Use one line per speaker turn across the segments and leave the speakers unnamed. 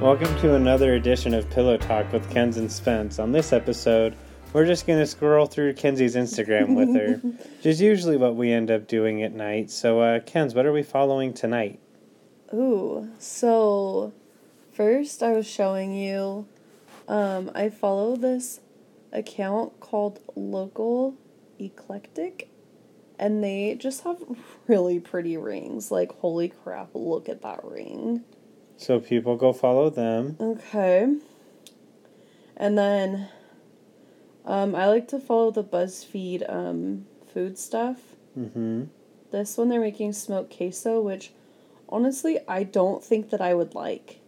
Welcome to another edition of Pillow Talk with Kens and Spence. On this episode, we're just going to scroll through Kenzie's Instagram with her, which is usually what we end up doing at night. So, uh, Kens, what are we following tonight?
Ooh, so first I was showing you, um, I follow this account called Local Eclectic, and they just have really pretty rings. Like, holy crap, look at that ring.
So, people go follow them.
Okay. And then um, I like to follow the BuzzFeed um, food stuff.
Mm-hmm.
This one they're making smoked queso, which honestly I don't think that I would like.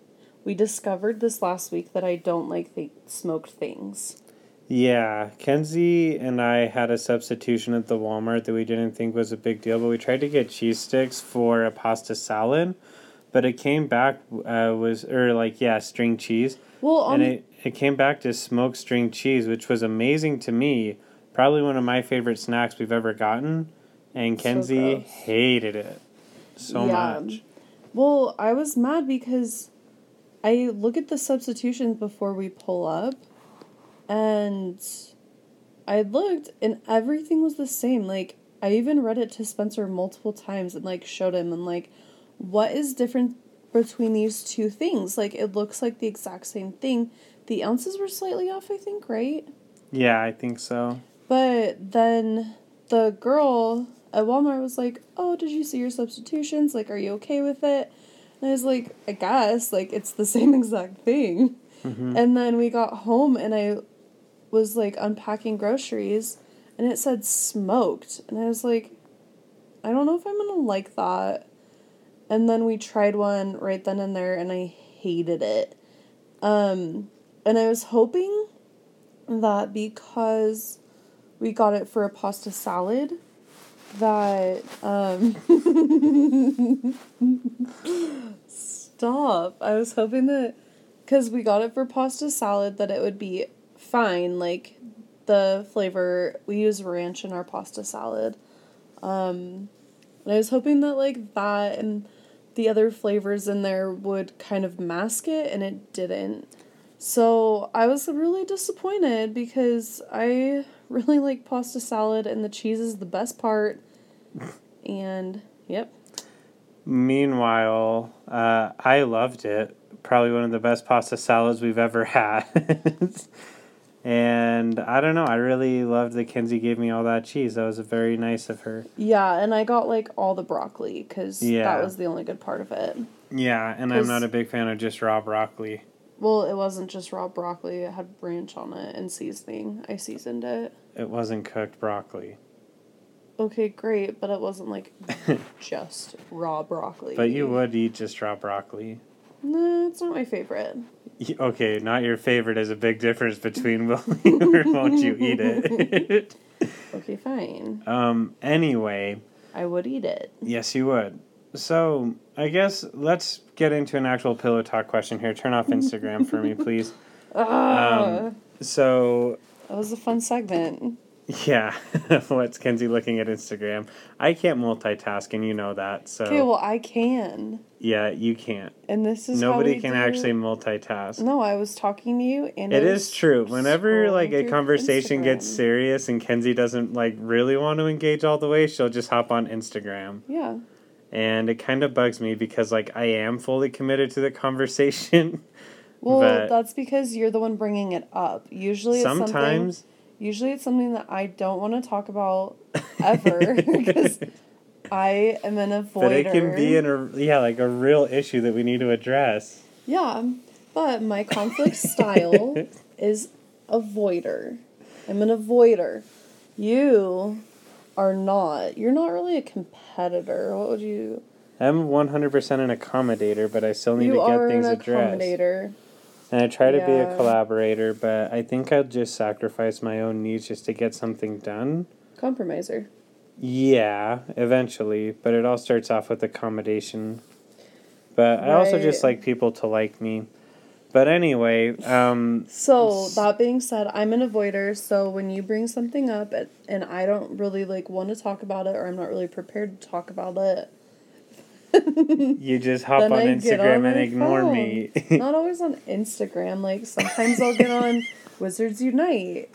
We discovered this last week that I don't like the smoked things.
Yeah, Kenzie and I had a substitution at the Walmart that we didn't think was a big deal, but we tried to get cheese sticks for a pasta salad, but it came back uh, was or like yeah, string cheese.
Well, on
and it, it came back to smoked string cheese, which was amazing to me. Probably one of my favorite snacks we've ever gotten. And
So
Kenzie
gross.
hated it so
Yeah.
much.
well, I was mad because I look at the substitutions before we pull up, and I looked and everything was the same. Like I even read it to Spencer multiple times and like showed him and like, what is different between these two things? Like it looks like the exact same thing. The ounces were slightly off, I think, right?
Yeah, I think so.
But then the girl at Walmart was like, "Oh, did you see your substitutions? Like, are you okay with it?" And I was like, "I guess. Like, it's the same exact thing." And then we got home, and I was like unpacking groceries, and it said smoked, and I was like, "I don't know if I'm gonna like that." And then we tried one right then and there, and I hated it. Um, and I was hoping that because we got it for a pasta salad that um stop i was hoping that because we got it for pasta salad that it would be fine like the flavor we use ranch in our pasta salad um and i was hoping that like that and the other flavors in there would kind of mask it and it didn't so I was really disappointed because I really like pasta salad and the cheese is the best part. And yep.
Meanwhile, uh, I loved it. Probably one of the best pasta salads we've ever had. and I don't know. I really loved that Kenzie gave me all that cheese. That was very nice of her.
Yeah, and I got like all the broccoli because
Yeah.
that was the only good part of it.
Yeah, and I'm
Cause-
not a big fan of just raw broccoli.
Well, it wasn't just raw broccoli, it had ranch on it and seasoning. I seasoned it.
It wasn't cooked broccoli.
Okay, great, but it wasn't like just raw broccoli.
But you would eat just raw broccoli.
No, it's not my favorite.
Y- Okay, not your favorite is a big difference between will you or won't you eat it.
Okay, fine.
um, anyway,
I would eat it.
yes, you would. So I guess let's get into an actual pillow talk question here. Turn off Instagram for me, please. Um,
Ah,
So
that was a fun segment.
yeah, what's Kenzie looking at Instagram? I can't multitask, and you know that. So
Okay, well, I can.
yeah, you can't.
And this is how
Nobody
we
can
do-
actually multitask.
No, I was talking to you, and
It
I
is
was
true. Whenever
scrolling
like a
through
conversation gets
Instagram.
serious and Kenzie doesn't like really want to engage all the way, she'll just hop on Instagram.
Yeah,
And it kind of bugs me because like I am fully committed to the conversation.
well,
But-
that's because you're the one bringing it up. Usually, it's something,
Sometimes
usually it's something that I don't want to talk about ever because I am an avoider.
but it can be in a yeah, like a real issue that we need to address.
yeah, but my conflict style is avoider. I'm an avoider. You are not. You're not really a competitor. What would you?
I'm 100% an accommodator, but I still need
you
to
are
get things
an
addressed.
accommodator.
And I try to be a
Yeah.
collaborator, but I think I'll just sacrifice my own needs just to get something done.
Compromiser.
Yeah, eventually, but it all starts off with accommodation. But I also just
Right.
like people to like me. But anyway, um,
So that being said, I'm an avoider. So when you bring something up eh, and- and I don't really like want to talk about it, or I'm not really prepared to talk about it,
You just hop
Then
on
I get on
Instagram and
my
ignore
phone.
me.
Not always on Instagram. Like sometimes I'll get on Wizards Unite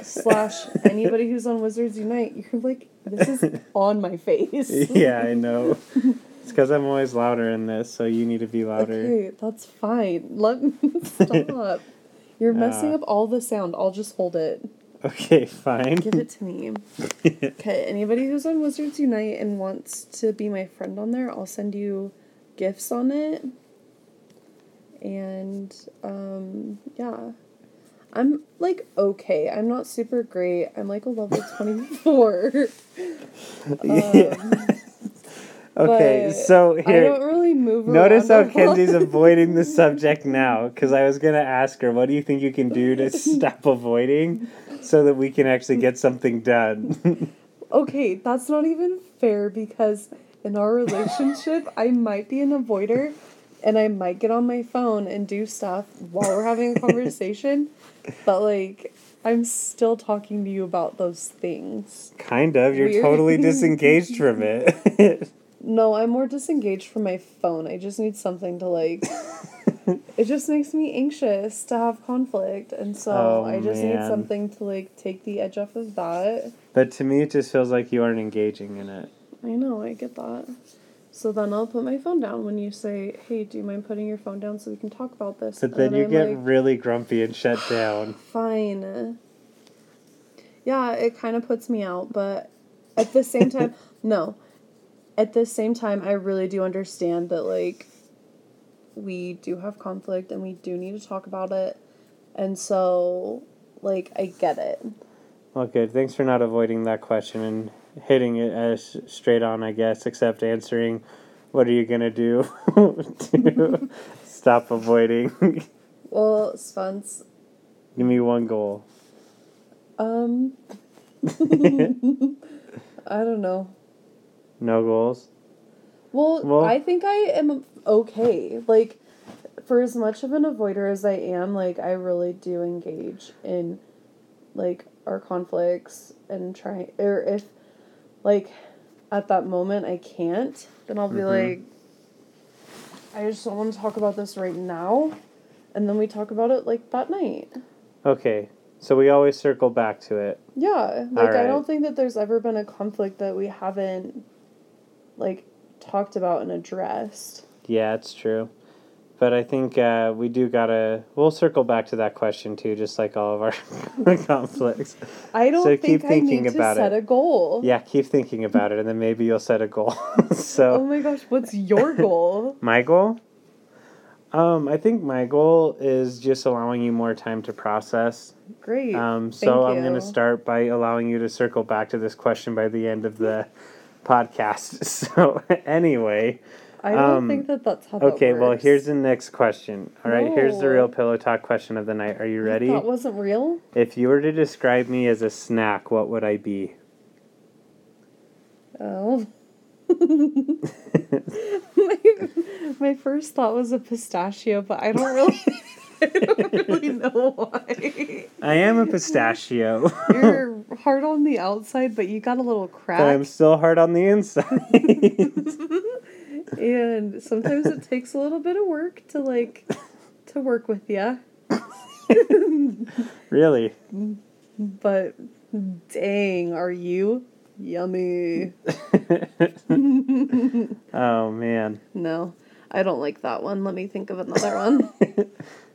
slash anybody who's on Wizards Unite. You're like, this is on my face.
yeah, I know. It's because I'm always louder in this, so you need to be louder.
Okay, that's fine. Let me stop. You're messing up all the sound. I'll just hold it.
Okay, fine.
Give it to me. Okay, anybody who's on Wizards Unite and wants to be my friend on there, I'll send you gifts on it. And um yeah. I'm like okay. I'm not super great. I'm like a level 24.
Yeah. okay,
but
so
I
here.
don't really move
Notice how
around. a lot.
Kenzie's avoiding the subject now, because I was gonna ask her, what do you think you can do to stop avoiding, so that we can actually get something done?
Okay, that's not even fair because in our relationship, I might be an avoider and I might get on my phone and do stuff while we're having a conversation, but like I'm still talking to you about those things.
kind of. You're
Weird.
totally disengaged from it.
No, I'm more disengaged from my phone. I just need something to like it just makes me anxious to have conflict, and so
Oh,
I just need
man.
something to like take the edge off of that.
but to me, it just feels like you aren't engaging in it.
I know, I get that. So then I'll put my phone down when you say, "Hey, do you mind putting your phone down so we can talk about this?"
But then
And
you
I'm
get
like,
really grumpy and shut down.
fine. Yeah, it kind of puts me out, but at the same time, no. At the same time, I really do understand that like we do have conflict and we do need to talk about it. And so like I get it.
Well, good. Thanks for not avoiding that question and hitting it as straight on, I guess, except answering, what are you going to do to stop avoiding?
Well, Spence,
Give me one goal.
um I don't know.
No goals?
Well,
Well-
I think I am okay. Like, for as much of an avoider as I am, like, I really do engage in, like, our conflicts and try, or if, like, at that moment I can't, then I'll be
Mm-hmm.
like, I just don't want to talk about this right now. And then we talk about it, like, that night.
Okay. So we always circle back to it.
Yeah. Like, I
Alright.
don't think that there's ever been a conflict that we haven't, like, talked about and addressed.
Yeah, it's true. But I think uh, we do gotta. We'll circle back to that question too, just like all of our conflicts.
I don't
So
think
keep
I
thinking
need
about
to set
it.
a goal.
Yeah, keep thinking about it, and then maybe you'll set a goal.
Oh
so
my gosh, what's your goal?
my goal. Um, I think my goal is just allowing you more time to process.
Great.
Um,
Thank
so I'm
you.
going to start by allowing you to circle back to this question by the end of the podcast. So anyway,
I don't
um,
think that that's how.
okay.
That
Well,
works.
here's the next question. All right, here's the
No.
real pillow talk question of the night. Are you ready?
That wasn't real.
If you were to describe me as a snack, what would I be?
Oh. my, my first thought was a pistachio, but I don't really, I don't really know why.
I am a pistachio,
You're hard on the outside, but you got a little
but I'm
crack,
still hard on the inside.
and sometimes it takes a little bit of work to like to work with you.
really?
But dang, are you yummy?
Oh man,
No, I don't like that one. Let me think of another one.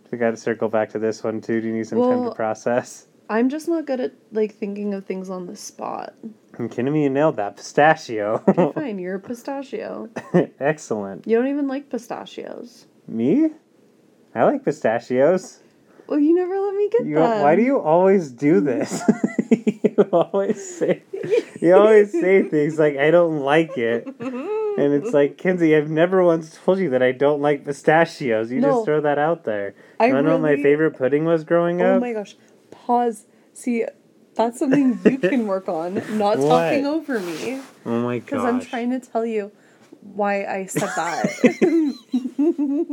we got to circle back to this one too. Do you need some time
Well-
to process?
I'm just not good at like thinking of things on the spot.
I'm kidding me. You nailed that pistachio.
Fine, you're a pistachio.
Excellent.
You don't even like pistachios.
Me? I like pistachios.
Well, you never let me get
You,
them.
why do you always do this? you always say you always say things like I don't like it, and it's like Kenzie, I've never once told you that I don't like pistachios. You
No.
just throw that out there.
I
I you wanna know what
really-
my favorite pudding was growing
Oh
up.
my gosh! Pause. See, that's something you can work on. Not
What?
talking over me
oh my gosh!
because I'm trying to tell you why I said that.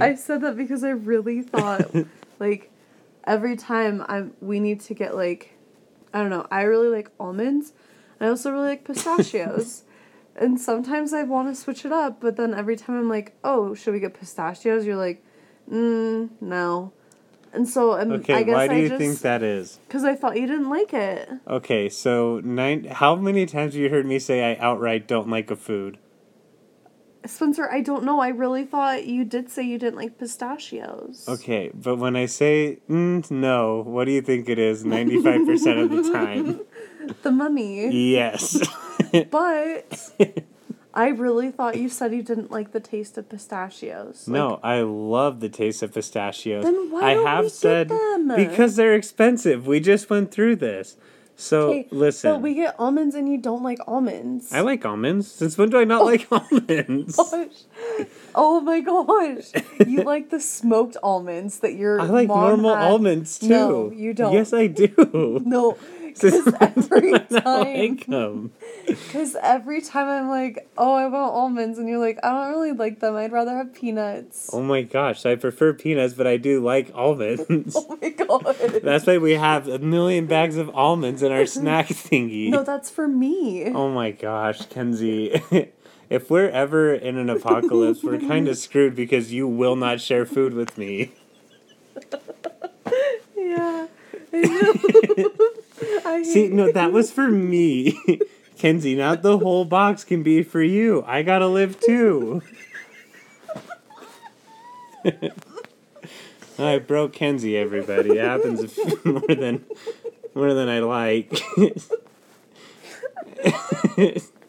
I said that because I really thought like every time I we need to get like I don't know, I really like almonds. I also really like pistachios. And sometimes I want to switch it up, but then every time I'm like, oh, should we get pistachios? You're like, mm, no. And so I'm,
Okay,
I guess
why do
I
you
just,
think that is?
Because I thought you didn't like it.
Okay, so nine. How many times have you heard me say I outright don't like a food?
Spencer, I don't know. I really thought you did say you didn't like pistachios.
Okay, but when I say mm, no, what do you think it is? Ninety five percent of the time,
The mummy.
yes.
But I really thought you said you didn't like the taste of pistachios. Like,
no, I love the taste of pistachios.
Then why
I
don't
have
we get
said
them?
because they're expensive. We just went through this, so
okay,
listen.
But we get almonds and you don't like almonds.
I like almonds. Since when do I not
Oh.
like almonds?
Gosh. Oh my gosh. You like the smoked almonds that your
I like
mom
normal
had.
almonds too.
No, you don't.
Yes, I do.
No,
Since
because every
I
time,
like them.
because every time I'm like, oh, I want almonds, and you're like, I don't really like them. I'd rather have peanuts.
Oh my gosh, I prefer peanuts, but I do like almonds.
Oh my god.
That's why we have a million bags of almonds in our snack thingy.
No, that's for me.
Oh my gosh, Kenzie. if we're ever in an apocalypse, we're kind of screwed because you will not share food with me.
Yeah. I know. I
See,
hate-
no, that was for me. Kenzie, not the whole box can be for you. I gotta live too. I broke Kenzie, everybody. It happens if- more than more than I like.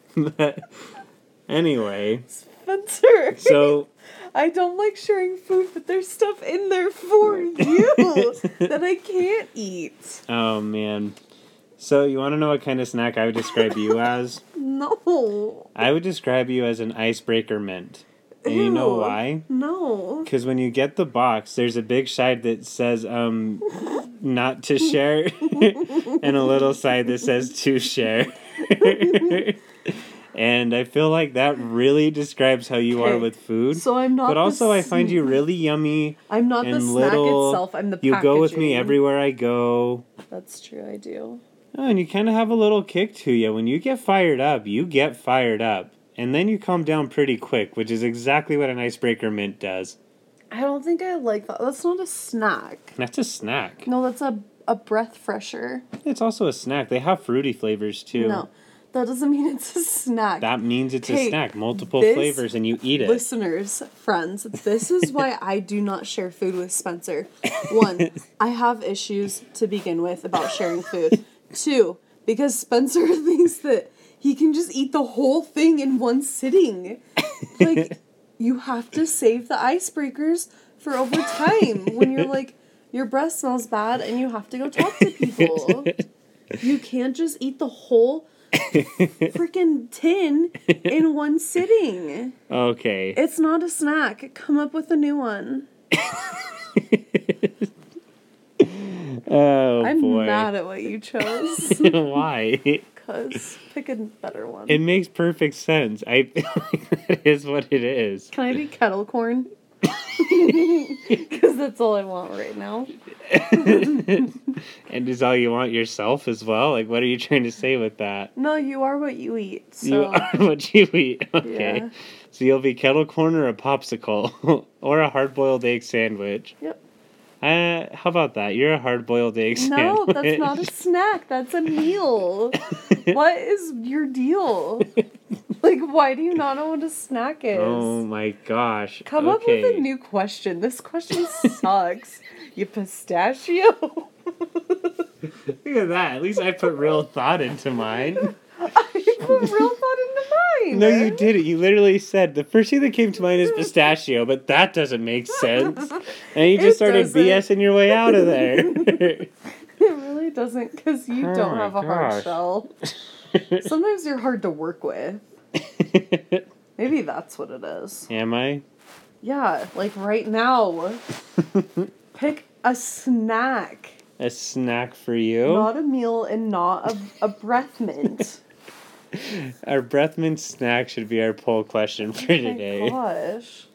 but anyway,
Spencer.
so
I don't like sharing food, but there's stuff in there for you that I can't eat.
oh man. So you wanna know what kind of snack I would describe you as?
No.
I would describe you as an icebreaker mint. And you know
Ew.
why?
No.
Because when you get the box, there's a big side that says um, not to share, and a little side that says to share. and I feel like that really describes how you are
Okay.
with food.
So I'm not.
but
the
also, I
s-
find you really yummy.
I'm not the
and
snack
little-
itself. I'm the.
You go with me
packaging.
everywhere I go.
That's true. I do.
Oh, and you kind of have a little kick to you. When you get fired up, you get fired up. And then you calm down pretty quick, which is exactly what an icebreaker mint does.
I don't think I like that. That's not a snack.
That's a snack.
No, that's a a breath fresher.
It's also a snack. They have fruity flavors too.
No, that doesn't mean it's a snack.
That means it's a
Hey,
snack, multiple
this-
flavors, and you eat it.
Listeners, friends, this is why I do not share food with Spencer. One, I have issues to begin with about sharing food. Two, because Spencer thinks that he can just eat the whole thing in one sitting. Like, you have to save the icebreakers for over time when you're like, your breath smells bad and you have to go talk to people. You can't just eat the whole freaking tin in one sitting.
Okay.
It's not a snack. Come up with a new one.
Oh
I'm
boy.
mad at what you chose.
Why?
Cause pick a better one.
It makes perfect sense. I feel like that is what it is.
Can I be kettle corn? Because that's all I want right now.
And is all you want yourself as well? Like, what are you trying to say with that?
No, you are what you eat. So
You are what you eat. Okay.
Yeah.
So you'll be kettle corn or a popsicle or a hard boiled egg sandwich.
Yep.
Uh, how about that? You're a hard boiled egg
No,
sandwich.
that's not a snack. That's a meal. what is your deal? Like, why do you not know what a snack is?
Oh my gosh.
Come up with a new question. This question sucks. you pistachio.
Look at that. At least I put real thought into mine.
I put real thought into mine. eh?
No, you didn't. You literally said the first thing that came to mind is pistachio, but that doesn't make sense. And you just
It
started
doesn't.
BSing your way out of there.
It really doesn't because you
Oh
don't
my
have a hard
gosh.
shell. Sometimes you're hard to work with. Maybe that's what it is.
Am I?
Yeah, like right now. Pick a snack,
A snack for you?
not a meal and not a, a breath mint.
Our breath mint snack should be our poll question for
My
today.
gosh.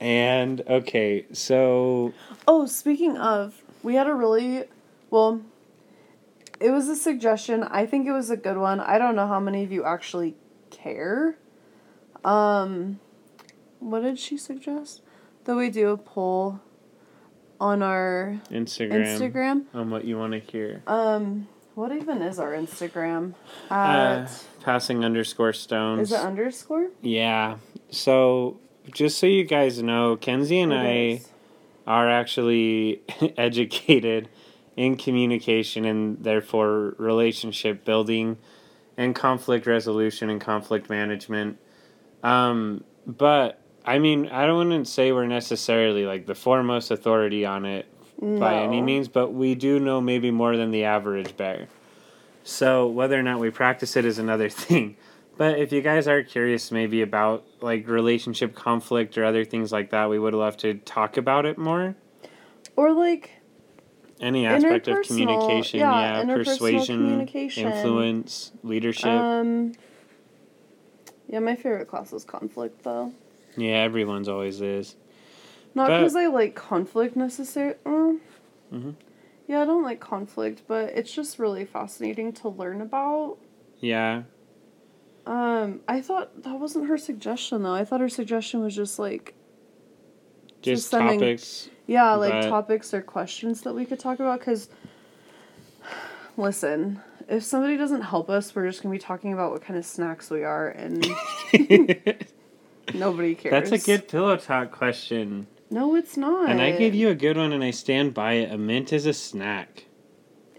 And okay, so
Oh, speaking of, we had a really well. It was a suggestion. I think it was a good one. I don't know how many of you actually care Um, what did she suggest? That we do a poll on our
Instagram.
Instagram.
On what you want to hear.
Um, what even is our Instagram?
Uh, um,
At,
passing underscore stones.
is it underscore?
yeah. So just so you guys know, Kenzie and I
It is.
are actually educated in communication and therefore relationship building and conflict resolution and conflict management. Um, but I mean, I don't want to say we're necessarily like the foremost authority on it by any
No.
means, but we do know maybe more than the average bear. So whether or not we practice it is another thing. But if you guys are curious maybe about like relationship conflict or other things like that, we would love to talk about it more.
Or like
Any aspect of
Interpersonal,
communication, yeah,
yeah, interpersonal
persuasion,
communication.
influence, leadership.
um Yeah, my favorite class was conflict though.
yeah, everyone's always is.
Not
But-
because I like conflict necessarily.
Mhm.
Yeah, I don't like conflict, but it's just really fascinating to learn about.
Yeah.
Um, I thought that wasn't her suggestion though. I thought her suggestion was just like
Just
Just sending-
topics.
yeah, like
But-
topics or questions that we could talk about cuz listen, if somebody doesn't help us, we're just going to be talking about what kind of snacks we are and nobody cares.
That's a good pillow talk question.
No, it's not.
And I gave you a good one and I stand by it. A mint is a snack.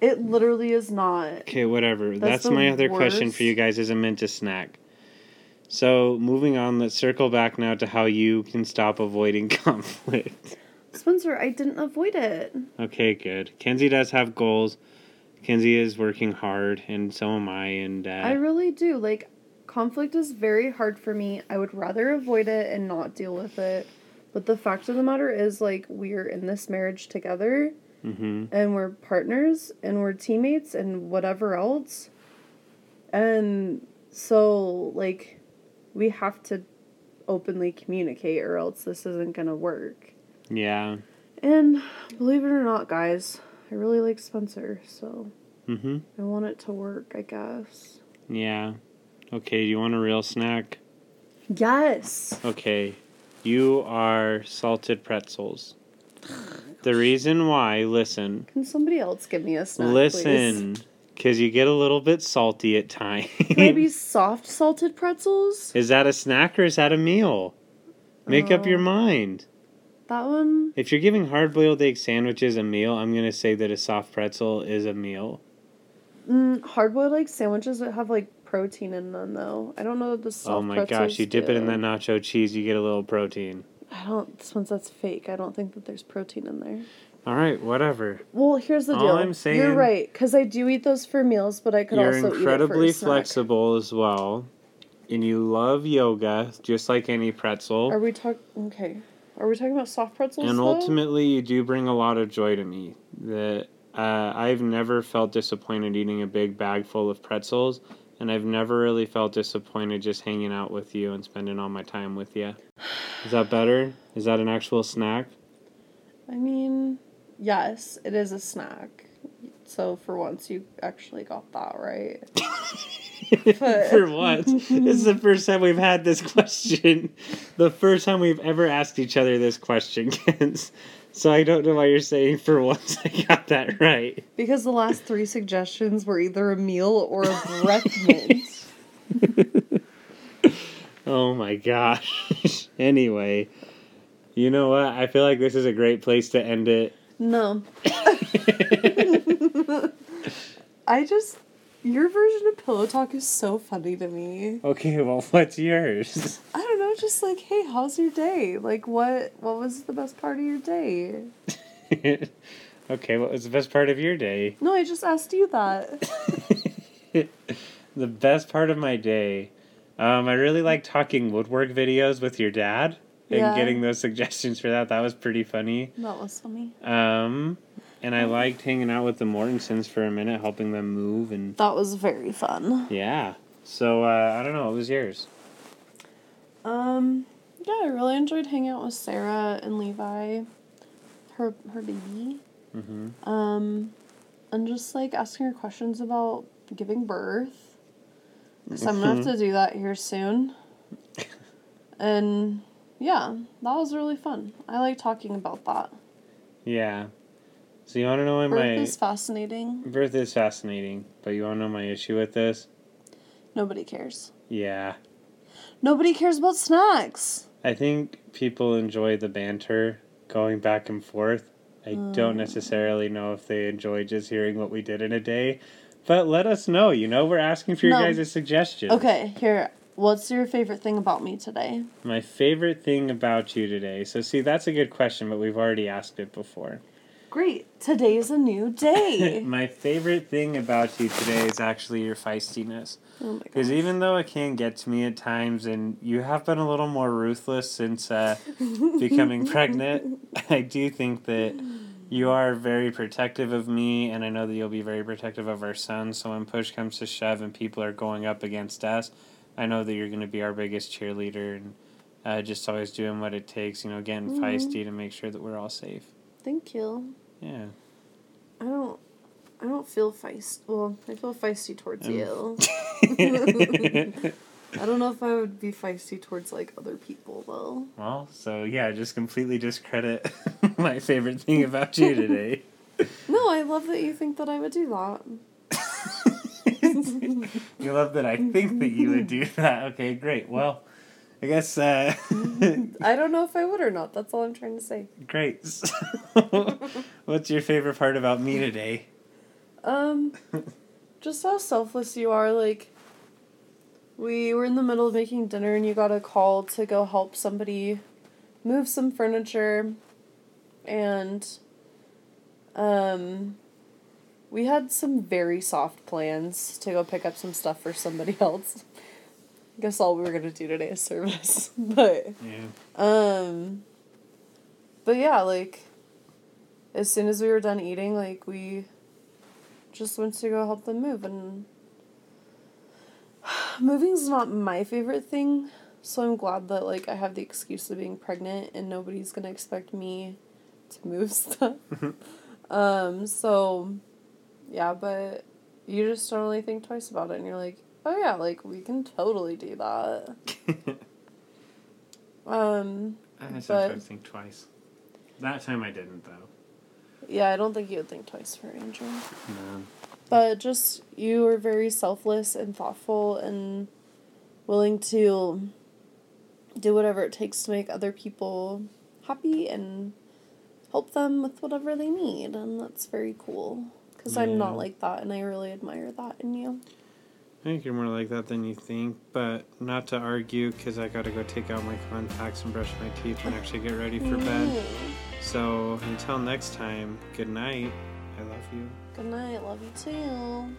It literally is not.
Okay, whatever. That's,
That's the
my other question for
worst.
you guys is a mint a snack? So moving on, let's circle back now to how you can stop avoiding conflict.
Spencer, I didn't avoid it.
Okay, good. Kenzie does have goals. Kenzie is working hard, and so am I. And uh,
I really do. Like, conflict is very hard for me. I would rather avoid it and not deal with it. But the fact of the matter is, like, we're in this marriage together
Mhm.
and we're partners and we're teammates and whatever else. And so, like, we have to openly communicate or else this isn't going to work.
yeah,
And believe it or not, guys, I really like Spencer, so
mm-hmm.
I want it to work, I guess.
yeah. Okay, do you want a real snack?
Yes!
Okay, you are salted pretzels. The reason why, listen,
Can somebody else give me a snack? Please?
listen, because you get a little bit salty at times.
Maybe soft salted pretzels?
Is that a snack or is that a meal? Make up your
Oh.
mind.
That one?
If you're giving hard boiled egg sandwiches a meal, I'm going to say that a soft pretzel is a meal.
Mm, hard boiled like sandwiches that have like protein in them though. I don't know that the soft
oh my
pretzels
gosh, you dip it in
do.
that nacho cheese, you get a little protein.
I don't since that's fake. I don't think that there's protein in there.
All right, whatever.
Well, here's the
All
deal.
I'm saying-
You're right, because I do eat those for meals, but I could
You're
also
incredibly
eat it for a snack.
flexible as well. And you love yoga, just like any pretzel.
Are we talking? Okay. Are we talking about soft pretzels?
and
though?
ultimately you do bring a lot of joy to me that uh, i've never felt disappointed eating a big bag full of pretzels and i've never really felt disappointed just hanging out with you and spending all my time with you is that better is that an actual snack
I mean, yes, it is a snack. So for once, you actually got that right.
for once this is the first time we've had this question the first time we've ever asked each other this question Kens. so i don't know why you're saying for once i got that right
Because the last three suggestions were either a meal or a breath mint.
Oh my gosh. anyway, you know what? I feel like this is a great place to end it.
No. I just. Your version of pillow talk is so funny to me.
Okay, well, what's yours?
I don't know, just like, hey, how's your day? Like, what what was the best part of your day?
okay, what was the best part of your day?
No, I just asked you that.
The best part of my day. Um, I really like talking woodwork videos with your dad and
Yeah.
getting those suggestions for that. That was pretty funny.
That was funny.
Um, and
Mm.
I liked hanging out with the Mortensons for a minute, helping them move and
That was very fun.
yeah. So uh, I don't know. What was yours?
Um, yeah, I really enjoyed hanging out with Sarah and Levi, her her baby.
Mm-hmm.
Um, and just like asking her questions about giving birth. So I'm gonna have to do that here soon. And yeah, that was really fun. I like talking about that.
Yeah. So you want to know why
Birth
my
is fascinating.
birth is fascinating, but you want to know my issue with this?
Nobody cares.
Yeah.
Nobody cares about snacks.
I think people enjoy the banter going back and forth. I
Oh.
don't necessarily know if they enjoy just hearing what we did in a day, but let us know. You know, we're asking for your
No.
guys' suggestions.
Okay, here. What's your favorite thing about me today?
My favorite thing about you today. So, see, that's a good question, but we've already asked it before.
Great. Today's a new day.
My favorite thing about you today is actually your feistiness.
oh my
Because even though it can get to me at times, and you have been a little more ruthless since uh, becoming pregnant, I do think that you are very protective of me, and I know that you'll be very protective of our son. So when push comes to shove and people are going up against us, I know that you're going to be our biggest cheerleader and uh, just always doing what it takes, you know, getting feisty to make sure that we're all safe.
Thank you.
Yeah.
I don't. I don't feel feisty. Well, I feel feisty towards you. I don't know if I would be feisty towards like other people though.
Well, so yeah, just completely discredit my favorite thing about you today.
No, I love that you think that I would do that.
You love that I think that you would do that. Okay, great. Well, I guess uh,
I don't know if I would or not. That's all I'm trying to say.
great. So, what's your favorite part about me today?
Um, just how selfless you are. Like, we were in the middle of making dinner and you got a call to go help somebody move some furniture, and um, we had some very soft plans to go pick up some stuff for somebody else. I guess all we were gonna do today is service, but.
Yeah.
Um but yeah, like as soon as we were done eating, like we just went to go help them move and moving's not my favorite thing, so I'm glad that like I have the excuse of being pregnant and nobody's going to expect me to move stuff. um so yeah, but you just don't really think twice about it and you're like, "Oh yeah, like we can totally do that." Um
I sometimes
But-
think twice. That time I didn't though.
Yeah, I don't think you would think twice for Andrew.
No.
But just you were very selfless and thoughtful and willing to do whatever it takes to make other people happy and help them with whatever they need. And that's very cool. Because I'm
Yeah.
not like that and I really admire that in you.
I think you're more like that than you think, but not to argue because I gotta go take out my contacts and brush my teeth and actually get ready for bed. So until next time, good night. I love you.
Good night. Love you too.